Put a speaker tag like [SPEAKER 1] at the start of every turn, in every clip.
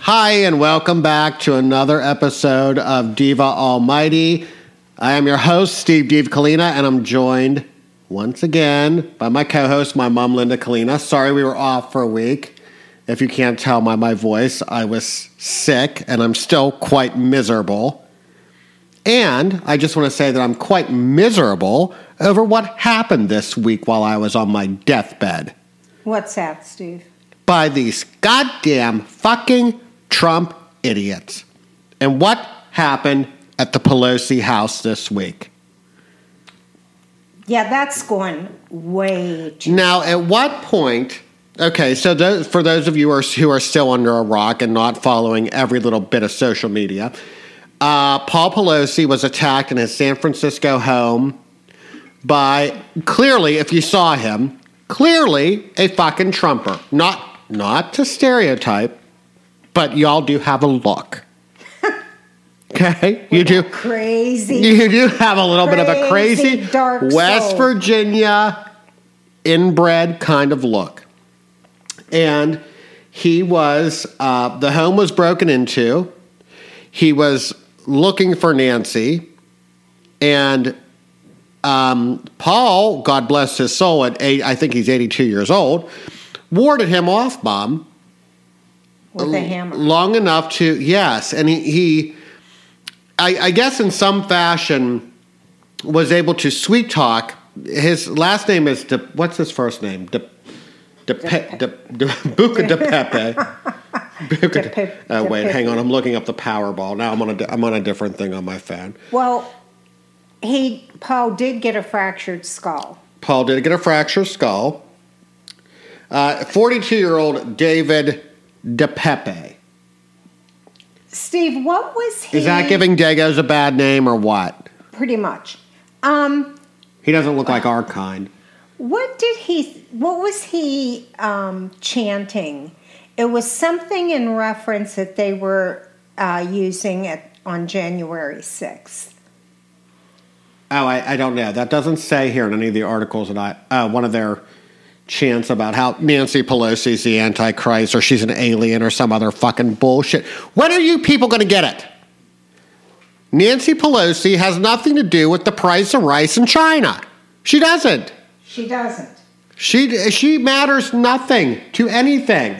[SPEAKER 1] Hi, and welcome back to another episode of Diva Almighty. I am your host, Steve Deve Kalina, and I'm joined once again by my co host, my mom, Linda Kalina. Sorry we were off for a week. If you can't tell by my voice, I was sick and I'm still quite miserable. And I just want to say that I'm quite miserable over what happened this week while I was on my deathbed
[SPEAKER 2] What's that, Steve?
[SPEAKER 1] by these goddamn fucking Trump idiots. And what happened at the Pelosi house this week?
[SPEAKER 2] Yeah, that's going way too.
[SPEAKER 1] Now, at what point? Okay, so those, for those of you who are, who are still under a rock and not following every little bit of social media, uh, Paul Pelosi was attacked in his San Francisco home by clearly, if you saw him, clearly a fucking Trumper. Not not to stereotype, but y'all do have a look. Okay, you do.
[SPEAKER 2] Crazy.
[SPEAKER 1] You do have a little bit of a
[SPEAKER 2] Crazy,
[SPEAKER 1] crazy
[SPEAKER 2] dark
[SPEAKER 1] West
[SPEAKER 2] soul.
[SPEAKER 1] Virginia inbred kind of look. And he was, uh, the home was broken into. He was looking for Nancy. And um, Paul, God bless his soul, at eight, I think he's 82 years old, warded him off, Mom
[SPEAKER 2] With a hammer.
[SPEAKER 1] long enough to yes and he, he I, I guess in some fashion was able to sweet talk his last name is De, what's his first name de, de, Pe- de, de, Buca de Pepe Buca
[SPEAKER 2] De
[SPEAKER 1] de-
[SPEAKER 2] Pe-
[SPEAKER 1] uh,
[SPEAKER 2] De
[SPEAKER 1] wait
[SPEAKER 2] Pepe.
[SPEAKER 1] hang on I'm looking up the Powerball now I'm on a di- I'm on a different thing on my phone
[SPEAKER 2] Well, he Paul did get a fractured skull.
[SPEAKER 1] Paul did get a fractured skull 42 year old David De Pepe
[SPEAKER 2] Steve, what was he?
[SPEAKER 1] is that giving Dago's a bad name or what
[SPEAKER 2] Pretty much. Um,
[SPEAKER 1] he doesn't look like our kind
[SPEAKER 2] what did he? What was he um, chanting? It was something in reference that they were uh, using at on January sixth.
[SPEAKER 1] Oh, I, I don't know. That doesn't say here in any of the articles that I, uh, one of their chants about how Nancy Pelosi's the Antichrist or she's an alien or some other fucking bullshit. When are you people going to get it? Nancy Pelosi has nothing to do with the price of rice in China. She doesn't.
[SPEAKER 2] She doesn't.
[SPEAKER 1] She, she matters nothing to anything,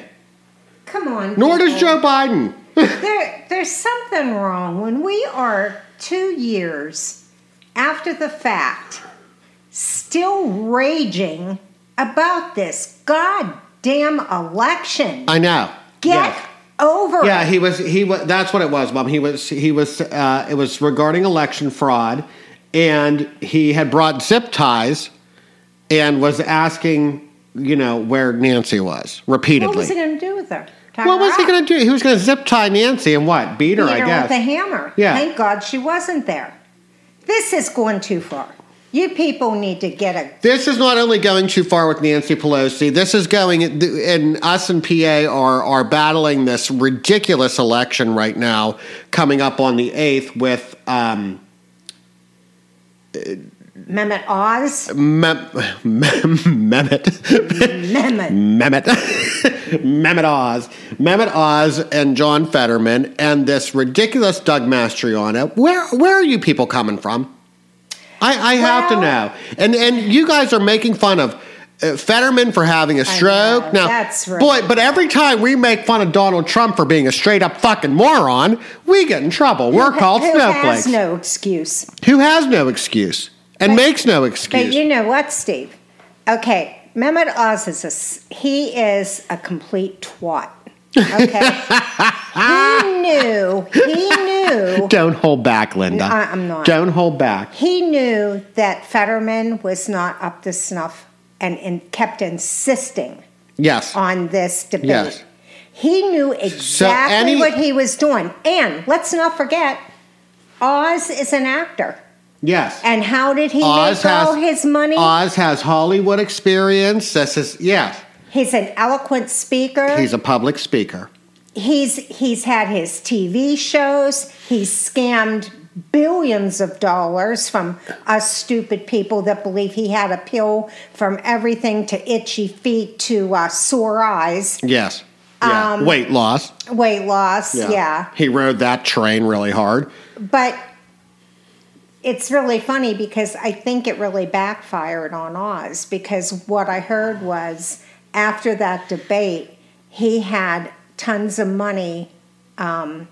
[SPEAKER 2] Come on.
[SPEAKER 1] nor does
[SPEAKER 2] people.
[SPEAKER 1] Joe Biden.
[SPEAKER 2] There, there's something wrong when we are two years after the fact still raging about this goddamn election.
[SPEAKER 1] I know.
[SPEAKER 2] Get
[SPEAKER 1] Yes.
[SPEAKER 2] over
[SPEAKER 1] Yeah,
[SPEAKER 2] it.
[SPEAKER 1] he was. He was. That's what it was, Mom. He was. He was. Uh, it was regarding election fraud, and he had brought zip ties, and was asking, you know, where Nancy was repeatedly.
[SPEAKER 2] What was he going to do with her? Tie
[SPEAKER 1] What
[SPEAKER 2] her
[SPEAKER 1] was he
[SPEAKER 2] up.
[SPEAKER 1] going to do? He was going to zip tie Nancy and what? Beat her,
[SPEAKER 2] Beat
[SPEAKER 1] I
[SPEAKER 2] her
[SPEAKER 1] guess.
[SPEAKER 2] with a hammer.
[SPEAKER 1] Yeah.
[SPEAKER 2] Thank God she wasn't there. This is going too far. You people need to get a
[SPEAKER 1] this is not only going too far with Nancy Pelosi. This is going, and us and PA are are battling this ridiculous election right now, coming up on the eighth with. Um,
[SPEAKER 2] Mehmet Oz.
[SPEAKER 1] Mem- Mem- Mehmet.
[SPEAKER 2] Mehmet.
[SPEAKER 1] Mehmet. Mehmet Oz. Mehmet Oz and John Fetterman and this ridiculous Doug Mastriano. Where where are you people coming from? I, I have to
[SPEAKER 2] Well-
[SPEAKER 1] know. And and you guys are making fun of uh, Fetterman for having a stroke.
[SPEAKER 2] know,
[SPEAKER 1] now,
[SPEAKER 2] that's right.
[SPEAKER 1] boy, but every time we make fun of Donald Trump for being a straight up fucking moron, we get in trouble. We're called
[SPEAKER 2] Who
[SPEAKER 1] snowflakes.
[SPEAKER 2] has no excuse.
[SPEAKER 1] who has no excuse and makes no excuse.
[SPEAKER 2] But you know what, Steve? Okay, Mehmet Oz is a s- he is a complete twat. Okay, he knew he knew
[SPEAKER 1] Don't hold back, Linda.
[SPEAKER 2] I- I'm not.
[SPEAKER 1] Don't hold back.
[SPEAKER 2] he knew that Fetterman was not up to snuff, and, and kept insisting
[SPEAKER 1] Yes.
[SPEAKER 2] on this debate.
[SPEAKER 1] Yes.
[SPEAKER 2] He knew exactly
[SPEAKER 1] any-
[SPEAKER 2] what he was doing, and let's not forget, Oz is an actor.
[SPEAKER 1] yes.
[SPEAKER 2] And how did he
[SPEAKER 1] Oz
[SPEAKER 2] make
[SPEAKER 1] has
[SPEAKER 2] all his money?
[SPEAKER 1] Oz has Hollywood experience. This is yes.
[SPEAKER 2] He's an eloquent speaker.
[SPEAKER 1] He's a public speaker.
[SPEAKER 2] he's he's had his TV shows. He's scammed billions of dollars from us stupid people that believe he had a pill from everything to itchy feet to uh, sore eyes.
[SPEAKER 1] Yes. Yeah. Weight loss.
[SPEAKER 2] weight loss. yeah.
[SPEAKER 1] He rode that train really hard.
[SPEAKER 2] But it's really funny because I think it really backfired on Oz because what I heard was after that debate, he had tons of money. Um,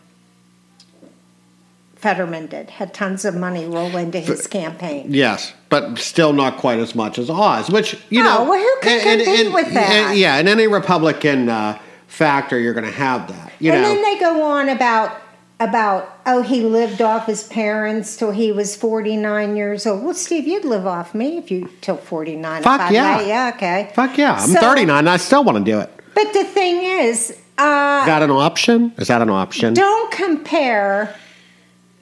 [SPEAKER 2] Fetterman did, had tons of money roll into his campaign.
[SPEAKER 1] Yes, but still not quite as much as Oz, which you
[SPEAKER 2] Oh,
[SPEAKER 1] know.
[SPEAKER 2] well, who could compete with that?
[SPEAKER 1] and- yeah, in any Republican uh, factor, you're going to have that. You
[SPEAKER 2] and
[SPEAKER 1] know,
[SPEAKER 2] then they go on about about oh he lived off his parents till he was 49 years old well steve you'd live off me if you till 49 if
[SPEAKER 1] Fuck
[SPEAKER 2] I
[SPEAKER 1] yeah.
[SPEAKER 2] lay- yeah okay
[SPEAKER 1] fuck yeah, I'm
[SPEAKER 2] So-
[SPEAKER 1] 39. and I still want to do it.
[SPEAKER 2] but the thing is uh
[SPEAKER 1] Is that an option? Is that an option?
[SPEAKER 2] don't compare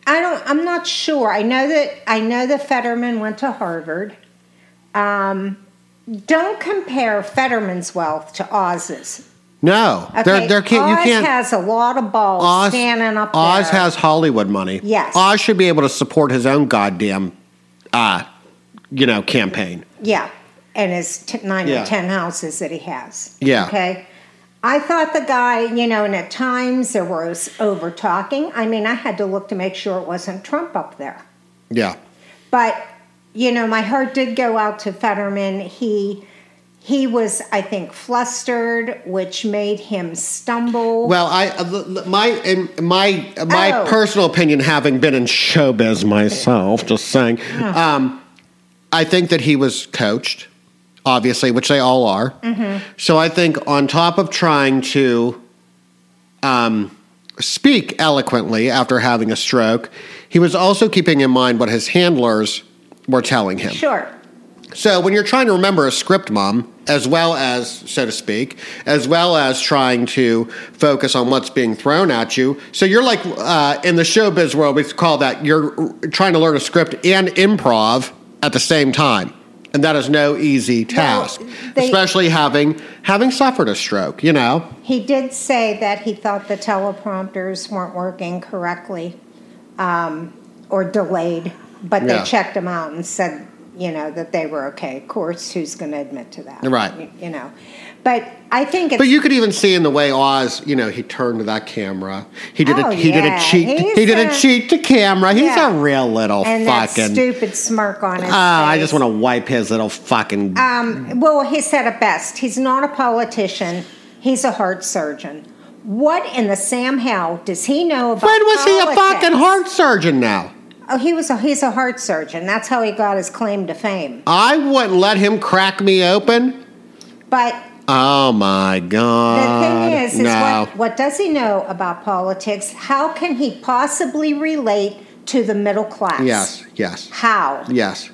[SPEAKER 2] i don't i'm not sure i know that i know that fetterman went to harvard um don't compare Fetterman's wealth to Oz's.
[SPEAKER 1] no,
[SPEAKER 2] Okay,
[SPEAKER 1] there, there can't.
[SPEAKER 2] Oz
[SPEAKER 1] you can't.
[SPEAKER 2] has a lot of balls
[SPEAKER 1] Oz,
[SPEAKER 2] standing up
[SPEAKER 1] Oz
[SPEAKER 2] there.
[SPEAKER 1] has Hollywood money.
[SPEAKER 2] Yes.
[SPEAKER 1] Oz should be able to support his own goddamn, uh, you know, campaign.
[SPEAKER 2] Yeah, and his t- nine
[SPEAKER 1] Yeah.
[SPEAKER 2] or ten houses that he has.
[SPEAKER 1] Yeah.
[SPEAKER 2] Okay. I thought the guy, you know, and at times there was over talking. I mean, I had to look to make sure it wasn't Trump up there.
[SPEAKER 1] Yeah.
[SPEAKER 2] But you know, my heart did go out to Fetterman. He he was, I think, flustered, which made him stumble.
[SPEAKER 1] Well, I uh, l- l- my in my uh, my
[SPEAKER 2] Oh.
[SPEAKER 1] personal opinion, having been in showbiz myself, just saying, um, I think that he was coached, obviously, which they all are. So I think on top of trying to um, speak eloquently after having a stroke, he was also keeping in mind what his handlers were telling him.
[SPEAKER 2] sure.
[SPEAKER 1] So when you're trying to remember a script, mom, as well as, so to speak, as well as trying to focus on what's being thrown at you, so you're like uh, in the showbiz world, we call that you're trying to learn a script and improv at the same time, and that is no easy task,
[SPEAKER 2] they-
[SPEAKER 1] especially having having suffered a stroke. You know,
[SPEAKER 2] He did say that he thought the teleprompters weren't working correctly um, or delayed, but they
[SPEAKER 1] Yeah.
[SPEAKER 2] checked them out and said, you know, that they were okay. Of course, who's going to admit to that?
[SPEAKER 1] Right.
[SPEAKER 2] You, you know, but I think it's.
[SPEAKER 1] but you could even see in the way Oz, you know, he turned to that camera. He did
[SPEAKER 2] Oh,
[SPEAKER 1] a he did
[SPEAKER 2] yeah.
[SPEAKER 1] a cheat
[SPEAKER 2] He's
[SPEAKER 1] he did
[SPEAKER 2] a-
[SPEAKER 1] a cheat to camera. He's
[SPEAKER 2] Yeah.
[SPEAKER 1] a real little
[SPEAKER 2] and that
[SPEAKER 1] fucking
[SPEAKER 2] stupid smirk on his
[SPEAKER 1] Oh, I just
[SPEAKER 2] face.
[SPEAKER 1] want to wipe his little fucking.
[SPEAKER 2] Um, well, he said it best. He's not a politician. He's a heart surgeon. What in the Sam Howell does he know about?
[SPEAKER 1] when was he a
[SPEAKER 2] politics?
[SPEAKER 1] fucking heart surgeon now?
[SPEAKER 2] Oh, he was a he's a heart surgeon. That's how he got his claim to fame.
[SPEAKER 1] I wouldn't let him crack me open.
[SPEAKER 2] But
[SPEAKER 1] Oh my
[SPEAKER 2] the
[SPEAKER 1] god!
[SPEAKER 2] thing is, is
[SPEAKER 1] Uh, no.
[SPEAKER 2] what, what does he know about politics? How can he possibly relate to the middle class?
[SPEAKER 1] yes, yes,
[SPEAKER 2] How?
[SPEAKER 1] yes.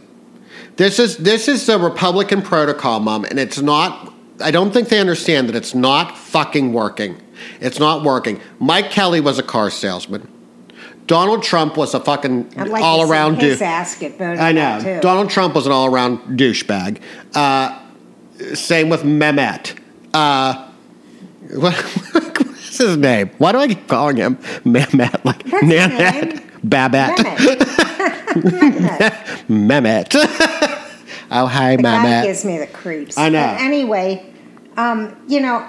[SPEAKER 1] This is this is the Republican protocol, mom, and it's not. I don't think they understand that it's not fucking working. It's not working. Mike Kelly was a car salesman. Donald Trump was a fucking
[SPEAKER 2] I'd like
[SPEAKER 1] all
[SPEAKER 2] to see
[SPEAKER 1] around
[SPEAKER 2] his
[SPEAKER 1] dude.
[SPEAKER 2] ass get voted
[SPEAKER 1] I
[SPEAKER 2] out,
[SPEAKER 1] know.
[SPEAKER 2] too.
[SPEAKER 1] Donald Trump was an all around douchebag. Uh, same with Mehmet. Uh, what, what's his name? Why do I keep calling him Mehmet? Like
[SPEAKER 2] That's his
[SPEAKER 1] Nanette?
[SPEAKER 2] name.
[SPEAKER 1] Babette?
[SPEAKER 2] Mehmet. Mehmet.
[SPEAKER 1] Mehmet. oh, hi,
[SPEAKER 2] The guy
[SPEAKER 1] Mehmet.
[SPEAKER 2] gives me the creeps.
[SPEAKER 1] I know.
[SPEAKER 2] But anyway, um, you know,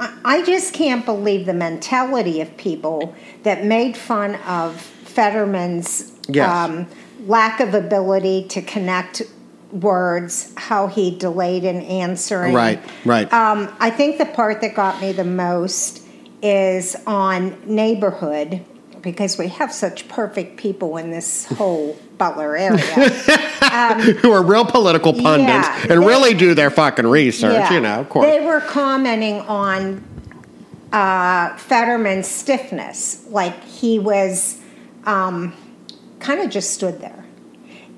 [SPEAKER 2] I, I just can't believe the mentality of people that made fun of Fetterman's
[SPEAKER 1] Yes.
[SPEAKER 2] um, lack of ability to connect words, how he delayed in answering.
[SPEAKER 1] Right, right.
[SPEAKER 2] Um, I think the part that got me the most is on neighborhood because we have such perfect people in this whole Butler area.
[SPEAKER 1] Who are real political pundits
[SPEAKER 2] Yeah,
[SPEAKER 1] and
[SPEAKER 2] they-
[SPEAKER 1] really do their fucking research, you know, of course.
[SPEAKER 2] They were commenting on uh, Fetterman's stiffness. Like he was um, kind of just stood there.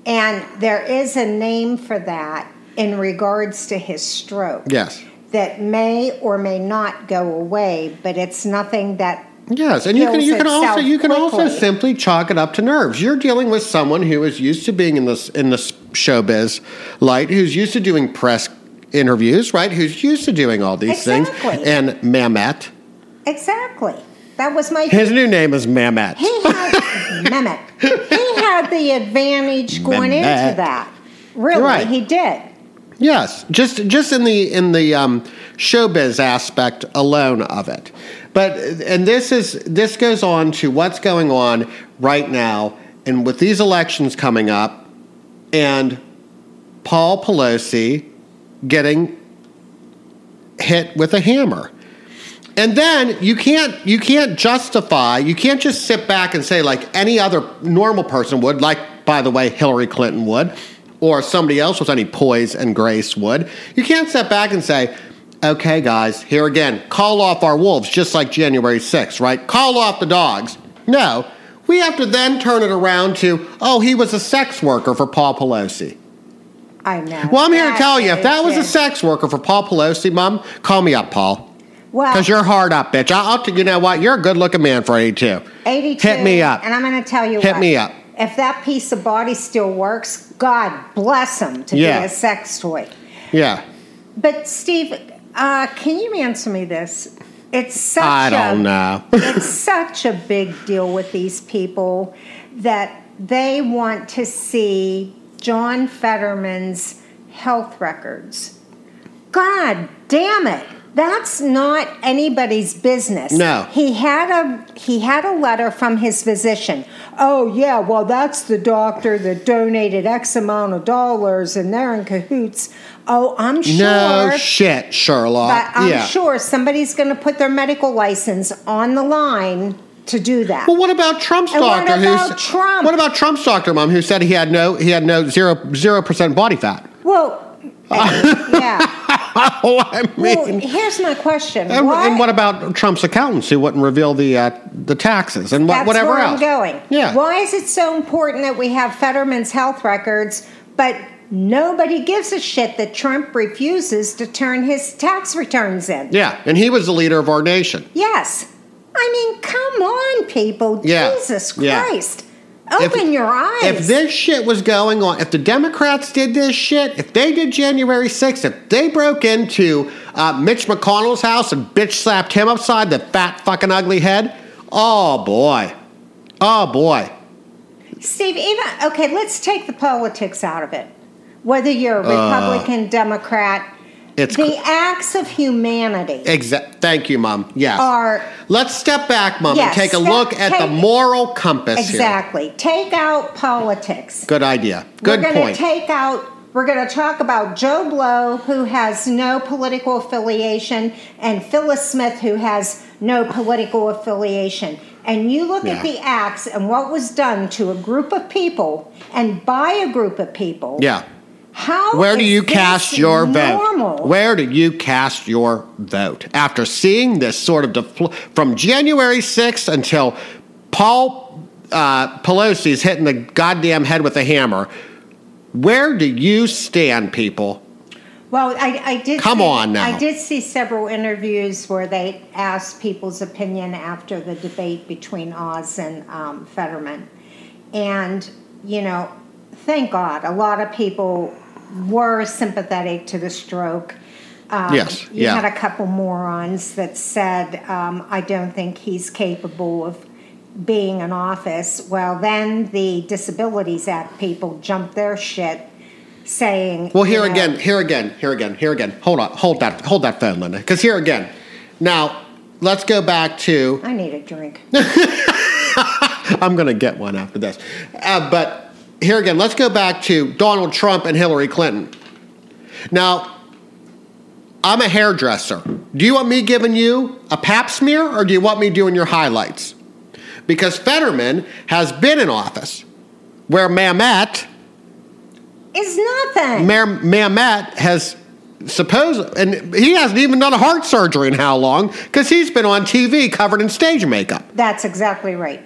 [SPEAKER 2] And there is a name for that in regards to his stroke
[SPEAKER 1] yes.
[SPEAKER 2] that may or may not go away, but it's nothing that.
[SPEAKER 1] Yes, and you can
[SPEAKER 2] heals
[SPEAKER 1] you can also
[SPEAKER 2] itself
[SPEAKER 1] you can also
[SPEAKER 2] quickly.
[SPEAKER 1] simply chalk it up to nerves. You're dealing with someone who is used to being in this in this showbiz light, who's used to doing press interviews, right? Who's used to doing all these things.
[SPEAKER 2] Exactly.
[SPEAKER 1] And Mamet,
[SPEAKER 2] Exactly. That was my
[SPEAKER 1] his new name is Mamet.
[SPEAKER 2] He had Mehmet. He had the advantage going
[SPEAKER 1] Mehmet.
[SPEAKER 2] into that. Really,
[SPEAKER 1] You're right.
[SPEAKER 2] he did.
[SPEAKER 1] Yes, just just in the in the um, showbiz aspect alone of it, but and this is this goes on to what's going on right now, and with these elections coming up, and Paul Pelosi getting hit with a hammer, and then you can't you can't justify you can't just sit back and say like any other normal person would, like by the way Hillary Clinton would or somebody else with any poise and grace would. You can't step back and say, okay, guys, here again, call off our wolves, just like January 6th, right? Call off the dogs. No, we have to then turn it around to, oh, he was a sex worker for Paul Pelosi.
[SPEAKER 2] I know.
[SPEAKER 1] Well, I'm here to
[SPEAKER 2] That
[SPEAKER 1] tell you, if that was a
[SPEAKER 2] is-
[SPEAKER 1] sex worker for Paul Pelosi, Mom, call me up, Paul.
[SPEAKER 2] well,
[SPEAKER 1] Because you're hard up, bitch. I'll, I'll t- you know what? You're a good looking man for 82.
[SPEAKER 2] 82.
[SPEAKER 1] Hit me up.
[SPEAKER 2] And I'm going to tell you
[SPEAKER 1] Hit
[SPEAKER 2] what,
[SPEAKER 1] me up.
[SPEAKER 2] If that piece of body still works, God bless him to
[SPEAKER 1] Yeah.
[SPEAKER 2] be a sex toy.
[SPEAKER 1] Yeah.
[SPEAKER 2] But Steve, uh, can you answer me this? It's such
[SPEAKER 1] I don't
[SPEAKER 2] a,
[SPEAKER 1] know.
[SPEAKER 2] it's such a big deal with these people that they want to see John Fetterman's health records. God damn it. That's not anybody's business.
[SPEAKER 1] No.
[SPEAKER 2] He had a he had a letter from his physician. Oh yeah, well that's the doctor that donated X amount of dollars and they're in cahoots. Oh, I'm sure
[SPEAKER 1] No shit, Sherlock.
[SPEAKER 2] but I'm
[SPEAKER 1] Uh, yeah.
[SPEAKER 2] sure somebody's going to put their medical license on the line to do that.
[SPEAKER 1] Well, what about Trump's
[SPEAKER 2] And what
[SPEAKER 1] doctor?
[SPEAKER 2] about
[SPEAKER 1] who's,
[SPEAKER 2] Trump?
[SPEAKER 1] What about Trump's doctor, mom, who said he had no he had no zero zero percent body fat?
[SPEAKER 2] Well, yeah.
[SPEAKER 1] Oh, I
[SPEAKER 2] Well,
[SPEAKER 1] mean,
[SPEAKER 2] here's my question.
[SPEAKER 1] and,
[SPEAKER 2] Why-
[SPEAKER 1] and what about Trump's accountants who wouldn't reveal the uh, the taxes and what,
[SPEAKER 2] that's
[SPEAKER 1] whatever
[SPEAKER 2] where
[SPEAKER 1] else?
[SPEAKER 2] I'm going.
[SPEAKER 1] Yeah.
[SPEAKER 2] Why is it so important that we have Fetterman's health records, but nobody gives a shit that Trump refuses to turn his tax returns in?
[SPEAKER 1] Yeah, and he was the leader of our nation.
[SPEAKER 2] Yes. I mean, come on, people.
[SPEAKER 1] Yeah.
[SPEAKER 2] Jesus
[SPEAKER 1] Yeah.
[SPEAKER 2] Christ. Open your eyes.
[SPEAKER 1] If this shit was going on, if the Democrats did this shit, if they did January 6th, if they broke into uh, Mitch McConnell's house and bitch slapped him upside the fat fucking ugly head, oh boy. Oh boy.
[SPEAKER 2] Steve, even okay, let's take the politics out of it. Whether you're a Republican, Democrat,
[SPEAKER 1] Uh, It's
[SPEAKER 2] the acts of humanity
[SPEAKER 1] Exact. Thank you, Mom. Yes.
[SPEAKER 2] are
[SPEAKER 1] Let's step back, Mom,
[SPEAKER 2] Uh, Yes,
[SPEAKER 1] and take a
[SPEAKER 2] step-
[SPEAKER 1] look at the
[SPEAKER 2] take-
[SPEAKER 1] moral compass here.
[SPEAKER 2] exactly take out politics.
[SPEAKER 1] Good idea. Good
[SPEAKER 2] we're going to
[SPEAKER 1] point.
[SPEAKER 2] take out. We're going to talk about Joe Blow, who has no political affiliation, and Phyllis Smith, who has no political affiliation. And you look at
[SPEAKER 1] Yeah.
[SPEAKER 2] the acts and what was done to a group of people and by a group of people.
[SPEAKER 1] yeah.
[SPEAKER 2] How
[SPEAKER 1] Where do
[SPEAKER 2] is
[SPEAKER 1] you
[SPEAKER 2] this
[SPEAKER 1] cast your
[SPEAKER 2] normal?
[SPEAKER 1] vote? Where do you cast your vote? After seeing this sort of defl- from January 6th until Paul uh, Pelosi's hitting the goddamn head with a hammer, where do you stand, people?
[SPEAKER 2] Well, I, I did.
[SPEAKER 1] Come
[SPEAKER 2] see-
[SPEAKER 1] on now.
[SPEAKER 2] I did see several interviews where they asked people's opinion after the debate between Oz and um, Fetterman, and you know, thank God, a lot of people were sympathetic to the stroke. Um,
[SPEAKER 1] Yes,
[SPEAKER 2] you
[SPEAKER 1] yeah.
[SPEAKER 2] had a couple morons that said, um, "I don't think he's capable of." Being in office, well, then the Disabilities Act people jumped their shit, saying,
[SPEAKER 1] Well, here
[SPEAKER 2] you know,
[SPEAKER 1] again, here again, here again, here again. Hold on, hold that, hold that phone, Linda. Because here again, now let's go back to.
[SPEAKER 2] I need a drink.
[SPEAKER 1] I'm going to get one after this, uh, but here again, let's go back to Donald Trump and Hillary Clinton. Now, I'm a hairdresser. Do you want me giving you a pap smear, or do you want me doing your highlights? Because Fetterman has been in office, where Mamet.
[SPEAKER 2] It's nothing.
[SPEAKER 1] Mayor Mamet has supposed, and he hasn't even done a heart surgery in how long? Because he's been on TV covered in stage makeup,
[SPEAKER 2] That's exactly right.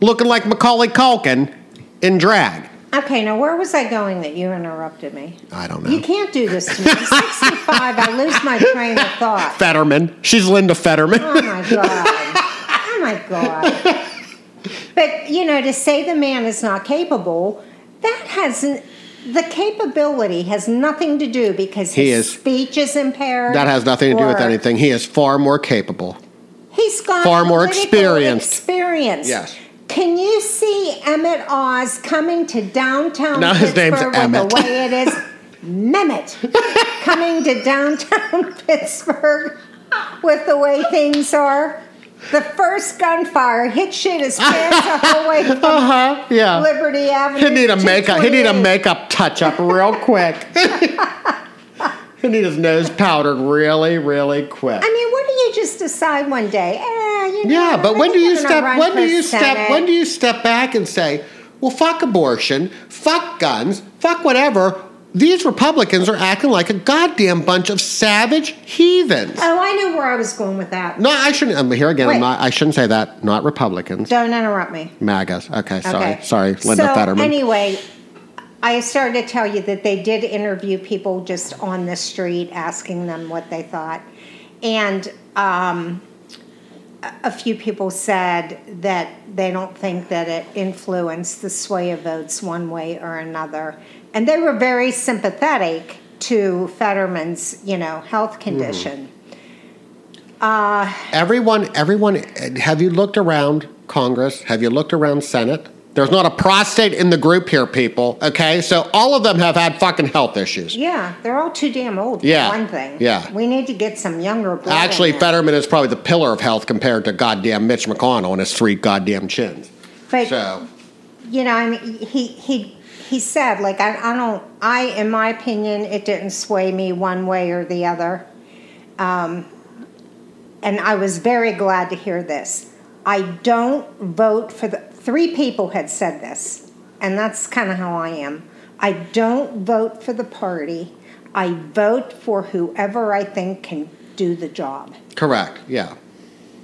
[SPEAKER 1] looking like Macaulay Culkin in drag.
[SPEAKER 2] Okay, now where was I going that you interrupted me?
[SPEAKER 1] I don't
[SPEAKER 2] You
[SPEAKER 1] know.
[SPEAKER 2] can't do this to me. I'm 65, I lose my train of thought.
[SPEAKER 1] Fetterman. She's Linda
[SPEAKER 2] Oh
[SPEAKER 1] Fetterman.
[SPEAKER 2] my God. Oh my God. But, you know, to say the man is not capable, that hasn't. The capability has nothing to do because
[SPEAKER 1] He
[SPEAKER 2] his
[SPEAKER 1] is-
[SPEAKER 2] speech is impaired.
[SPEAKER 1] that has nothing to do with
[SPEAKER 2] or-
[SPEAKER 1] anything. He is far more capable.
[SPEAKER 2] He's got
[SPEAKER 1] Far more
[SPEAKER 2] political
[SPEAKER 1] experienced.
[SPEAKER 2] Experience.
[SPEAKER 1] Yes.
[SPEAKER 2] Can you see Emmett Oz coming to downtown
[SPEAKER 1] No, his
[SPEAKER 2] Pittsburgh
[SPEAKER 1] name's
[SPEAKER 2] with
[SPEAKER 1] Emmett.
[SPEAKER 2] the way it is? Mehmet coming to downtown Pittsburgh with the way things are. The first gunfire hit shit his pants the whole way from
[SPEAKER 1] Uh huh. Yeah.
[SPEAKER 2] Liberty Avenue.
[SPEAKER 1] He need a
[SPEAKER 2] to
[SPEAKER 1] makeup. He need a
[SPEAKER 2] 28.
[SPEAKER 1] makeup touch up real quick. he need his nose powdered really, really quick.
[SPEAKER 2] I mean, what do you just decide one day? Eh, you know,
[SPEAKER 1] Yeah, but when do you step? When do you step? When
[SPEAKER 2] you?
[SPEAKER 1] do you step back and say, "Well, fuck abortion, fuck guns, fuck whatever." These Republicans are acting like a goddamn bunch of savage heathens.
[SPEAKER 2] Oh, I knew where I was going with that.
[SPEAKER 1] No, I shouldn't. I'm here again.
[SPEAKER 2] Wait.
[SPEAKER 1] I'm not, I shouldn't say that. Not Republicans.
[SPEAKER 2] Don't interrupt me.
[SPEAKER 1] MAGAs. Okay, sorry,
[SPEAKER 2] Okay.
[SPEAKER 1] sorry, Linda
[SPEAKER 2] so,
[SPEAKER 1] Fetterman.
[SPEAKER 2] Anyway, I started to tell you that they did interview people just on the street, asking them what they thought, and um, a- a few people said that they don't think that it influenced the sway of votes one way or another, and they were very sympathetic to Fetterman's, you know, health
[SPEAKER 1] Hmm.
[SPEAKER 2] condition.
[SPEAKER 1] everyone, everyone. Have you looked around Congress? Have you looked around Senate? There's not a prostate in the group here, people. Okay, so all of them have had fucking health issues.
[SPEAKER 2] Yeah, they're all too damn old. for
[SPEAKER 1] Yeah,
[SPEAKER 2] one thing.
[SPEAKER 1] yeah.
[SPEAKER 2] we need to get some younger blood. in
[SPEAKER 1] Actually,
[SPEAKER 2] there.
[SPEAKER 1] Fetterman is probably the pillar of health compared to goddamn Mitch McConnell and his three goddamn chins.
[SPEAKER 2] But
[SPEAKER 1] So,
[SPEAKER 2] you know, I mean, he he he said, like, I, I don't, I, in my opinion, it didn't sway me one way or the other. Um, and I was very glad to hear this. I don't vote for the three people had said this, and that's kind of how I am. I don't vote for the party. I vote for whoever I think can do the job.
[SPEAKER 1] correct. Yeah.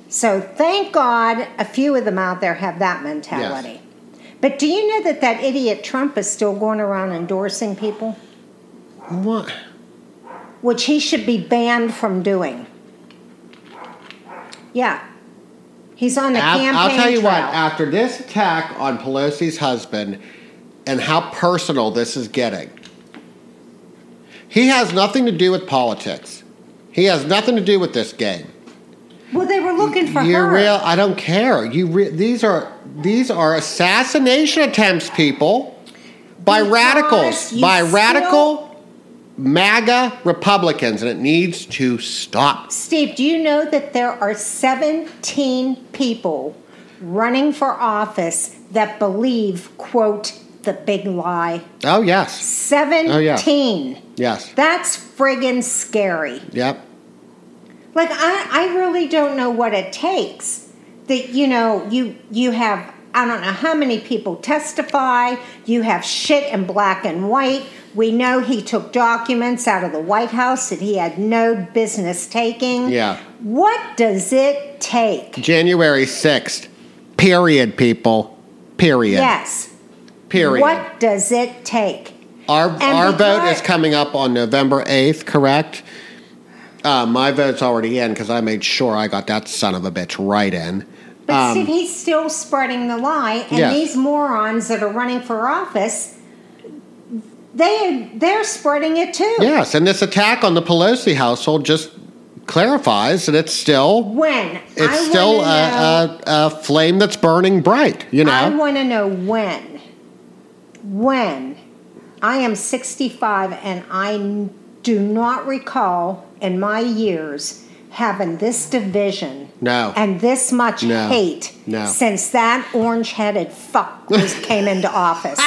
[SPEAKER 2] So thank God a few of them out there have that mentality. But do you know that that idiot Trump is still going around endorsing people,
[SPEAKER 1] What?
[SPEAKER 2] which he should be banned from doing? Yeah. He's on the
[SPEAKER 1] Af-
[SPEAKER 2] campaign
[SPEAKER 1] I'll tell you what,
[SPEAKER 2] trail.
[SPEAKER 1] after this attack on Pelosi's husband and how personal this is getting, he has nothing to do with politics. He has nothing to do with this game.
[SPEAKER 2] well, they were looking for
[SPEAKER 1] uh, You're
[SPEAKER 2] her.
[SPEAKER 1] real. I don't care. You re- these are these are assassination attempts, people, by
[SPEAKER 2] Because
[SPEAKER 1] radicals,
[SPEAKER 2] you
[SPEAKER 1] by
[SPEAKER 2] still-
[SPEAKER 1] radical MAGA Republicans, and it needs to stop.
[SPEAKER 2] Steve, do you know that there are 17 people running for office that believe, quote, the big lie?
[SPEAKER 1] Oh yes,
[SPEAKER 2] 17.
[SPEAKER 1] Oh, yes,
[SPEAKER 2] That's friggin' scary.
[SPEAKER 1] yep.
[SPEAKER 2] Like I, I really don't know what it takes. That you know, you you have I don't know how many people testify. You have shit in black and white. We know he took documents out of the White House that he had no business taking.
[SPEAKER 1] Yeah.
[SPEAKER 2] What does it take?
[SPEAKER 1] January 6th. Period, people. Period.
[SPEAKER 2] Yes.
[SPEAKER 1] Period.
[SPEAKER 2] What does it take?
[SPEAKER 1] Our, our vote
[SPEAKER 2] because-
[SPEAKER 1] is coming up on November 8th, correct? Uh, my vote's already in because I made sure I got that son of a bitch right in.
[SPEAKER 2] But
[SPEAKER 1] Um,
[SPEAKER 2] Steve, he's still spreading the lie, and
[SPEAKER 1] Yes.
[SPEAKER 2] these morons that are running for office, they they're spreading it too.
[SPEAKER 1] Yes, and this attack on the Pelosi household just clarifies that it's still
[SPEAKER 2] When
[SPEAKER 1] it's
[SPEAKER 2] I
[SPEAKER 1] still a,
[SPEAKER 2] wanna know,
[SPEAKER 1] a, a flame that's burning bright, you know?
[SPEAKER 2] I want to know when. When I am 65 and I n- do not recall in my years having this division
[SPEAKER 1] No.
[SPEAKER 2] and this much
[SPEAKER 1] No.
[SPEAKER 2] hate
[SPEAKER 1] No.
[SPEAKER 2] since that orange-headed fuck was, came into office.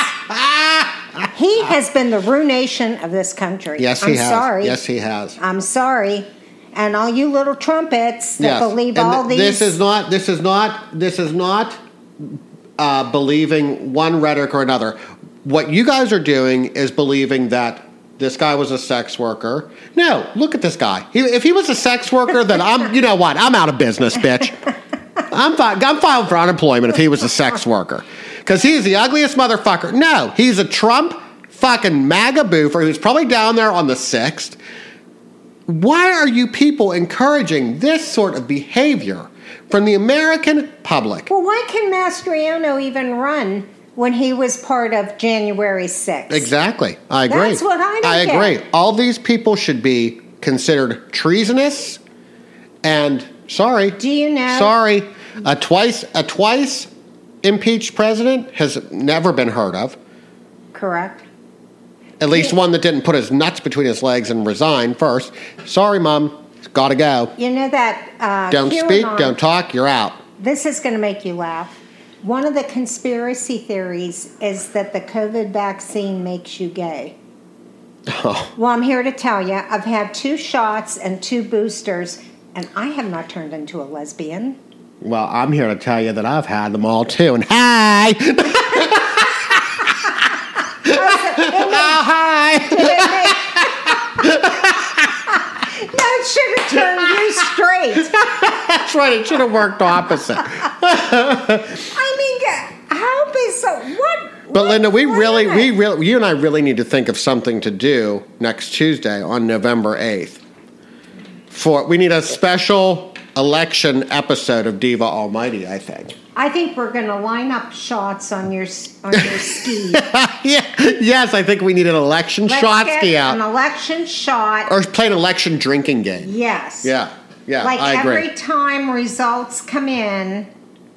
[SPEAKER 2] he has been the ruination of this country.
[SPEAKER 1] Ah! yes,
[SPEAKER 2] I'm
[SPEAKER 1] he has.
[SPEAKER 2] sorry.
[SPEAKER 1] Yes, he has.
[SPEAKER 2] I'm sorry. And all you little trumpets that believe
[SPEAKER 1] and
[SPEAKER 2] all
[SPEAKER 1] th-
[SPEAKER 2] these
[SPEAKER 1] This is not. This is not. This is not uh, believing one rhetoric or another. What you guys are doing is believing that this guy was a sex worker. No, look at this guy. He, if he was a sex worker, then I'm. You know what? I'm out of business, bitch. I'm fi- I'm filing for unemployment if he was a sex worker, because he's the ugliest motherfucker. No, he's a Trump fucking MAGA boofer who's probably down there on the sixth why are you people encouraging this sort of behavior from the American public?
[SPEAKER 2] Well, why can Mastriano even run when he was part of January 6th?
[SPEAKER 1] Exactly. I agree.
[SPEAKER 2] That's what I don't
[SPEAKER 1] I
[SPEAKER 2] get.
[SPEAKER 1] agree. All these people should be considered treasonous and sorry.
[SPEAKER 2] Do you know-
[SPEAKER 1] Sorry. A twice a twice impeached president has never been heard of.
[SPEAKER 2] Correct.
[SPEAKER 1] At least one that didn't put his nuts between his legs and resign first. Sorry, mom. Gotta go.
[SPEAKER 2] You know that. Uh,
[SPEAKER 1] Don't speak,
[SPEAKER 2] QAnon-
[SPEAKER 1] don't talk, you're out.
[SPEAKER 2] This is going to make you laugh. One of the conspiracy theories is that the COVID vaccine makes you gay.
[SPEAKER 1] Oh.
[SPEAKER 2] Well, I'm here to tell you, I've had two shots and two boosters, and I have not turned into a lesbian.
[SPEAKER 1] Well, I'm here to tell you that I've had them all too. And hi! oh, hi!
[SPEAKER 2] no, it should have turned you straight.
[SPEAKER 1] That's right, it should have worked opposite.
[SPEAKER 2] I mean, how bizarre! What?
[SPEAKER 1] But
[SPEAKER 2] what-
[SPEAKER 1] Linda, we
[SPEAKER 2] what
[SPEAKER 1] really,
[SPEAKER 2] am I?
[SPEAKER 1] we really, you and I really need to think of something to do next Tuesday on November 8th. For We need a special election episode of Diva Almighty, I think.
[SPEAKER 2] I think we're going to line up shots on your s- on your skis.
[SPEAKER 1] yeah, yes, I think we need an election
[SPEAKER 2] Let's get
[SPEAKER 1] Shotsky
[SPEAKER 2] An
[SPEAKER 1] out.
[SPEAKER 2] election shot.
[SPEAKER 1] Or play an election drinking game.
[SPEAKER 2] yes.
[SPEAKER 1] Yeah, yeah,
[SPEAKER 2] Like
[SPEAKER 1] I agree.
[SPEAKER 2] every time results come in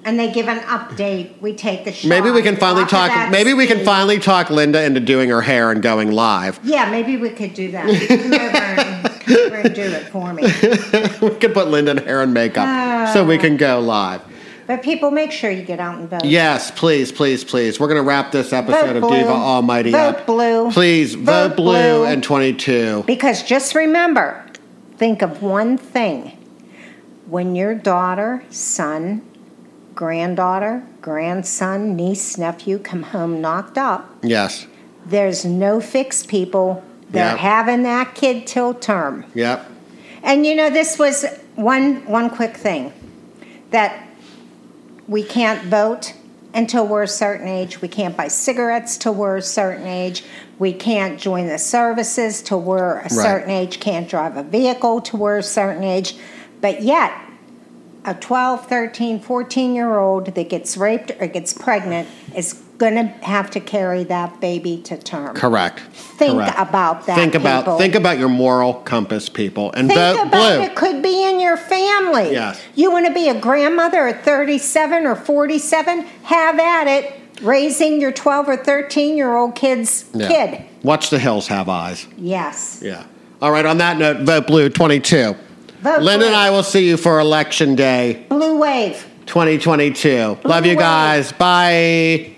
[SPEAKER 2] and they give an update, we take the shot.
[SPEAKER 1] Maybe we can finally
[SPEAKER 2] off of
[SPEAKER 1] talk.
[SPEAKER 2] that
[SPEAKER 1] Maybe we can
[SPEAKER 2] ski.
[SPEAKER 1] finally talk Linda into doing her hair and going live.
[SPEAKER 2] Yeah, maybe we could do that. Come over and, come over and do it for me.
[SPEAKER 1] we can put Linda in hair and makeup so
[SPEAKER 2] Ah.
[SPEAKER 1] we can go live.
[SPEAKER 2] But people, make sure you get out and vote.
[SPEAKER 1] Yes, please, please, please. We're going to wrap this episode
[SPEAKER 2] Vote
[SPEAKER 1] of
[SPEAKER 2] blue.
[SPEAKER 1] Diva Almighty
[SPEAKER 2] Vote
[SPEAKER 1] up.
[SPEAKER 2] blue.
[SPEAKER 1] Please vote,
[SPEAKER 2] Vote
[SPEAKER 1] blue,
[SPEAKER 2] blue.
[SPEAKER 1] and 22.
[SPEAKER 2] Because just remember, think of one thing. When your daughter, son, granddaughter, grandson, niece, nephew come home knocked up,
[SPEAKER 1] Yes.
[SPEAKER 2] there's no fix people. They're
[SPEAKER 1] Yeah.
[SPEAKER 2] having that kid till term.
[SPEAKER 1] Yep.
[SPEAKER 2] And you know, this was one one quick thing that we can't vote until we're a certain age. We can't buy cigarettes till we're a certain age. We can't join the services till we're a certain age. Can't drive a vehicle till we're a certain age. But yet, a 12, 13, 14 year old that gets raped or gets pregnant is going to have to carry that baby to term.
[SPEAKER 1] Correct.
[SPEAKER 2] Think
[SPEAKER 1] Correct.
[SPEAKER 2] about that.
[SPEAKER 1] Think about
[SPEAKER 2] people.
[SPEAKER 1] think about your moral compass, people, and
[SPEAKER 2] Think
[SPEAKER 1] vote
[SPEAKER 2] about
[SPEAKER 1] blue.
[SPEAKER 2] it could be in your family.
[SPEAKER 1] Yes.
[SPEAKER 2] You want to be a grandmother at 37 or 47? Have at it raising your 12 or 13 year old kid's
[SPEAKER 1] Yeah.
[SPEAKER 2] kid.
[SPEAKER 1] Watch the hills have eyes.
[SPEAKER 2] Yes.
[SPEAKER 1] Yeah. All right. On that note, vote blue 22.
[SPEAKER 2] Vote
[SPEAKER 1] Linda and
[SPEAKER 2] blue.
[SPEAKER 1] I will see you for election day
[SPEAKER 2] Blue wave.
[SPEAKER 1] 2022. Love you
[SPEAKER 2] wave.
[SPEAKER 1] guys. Bye.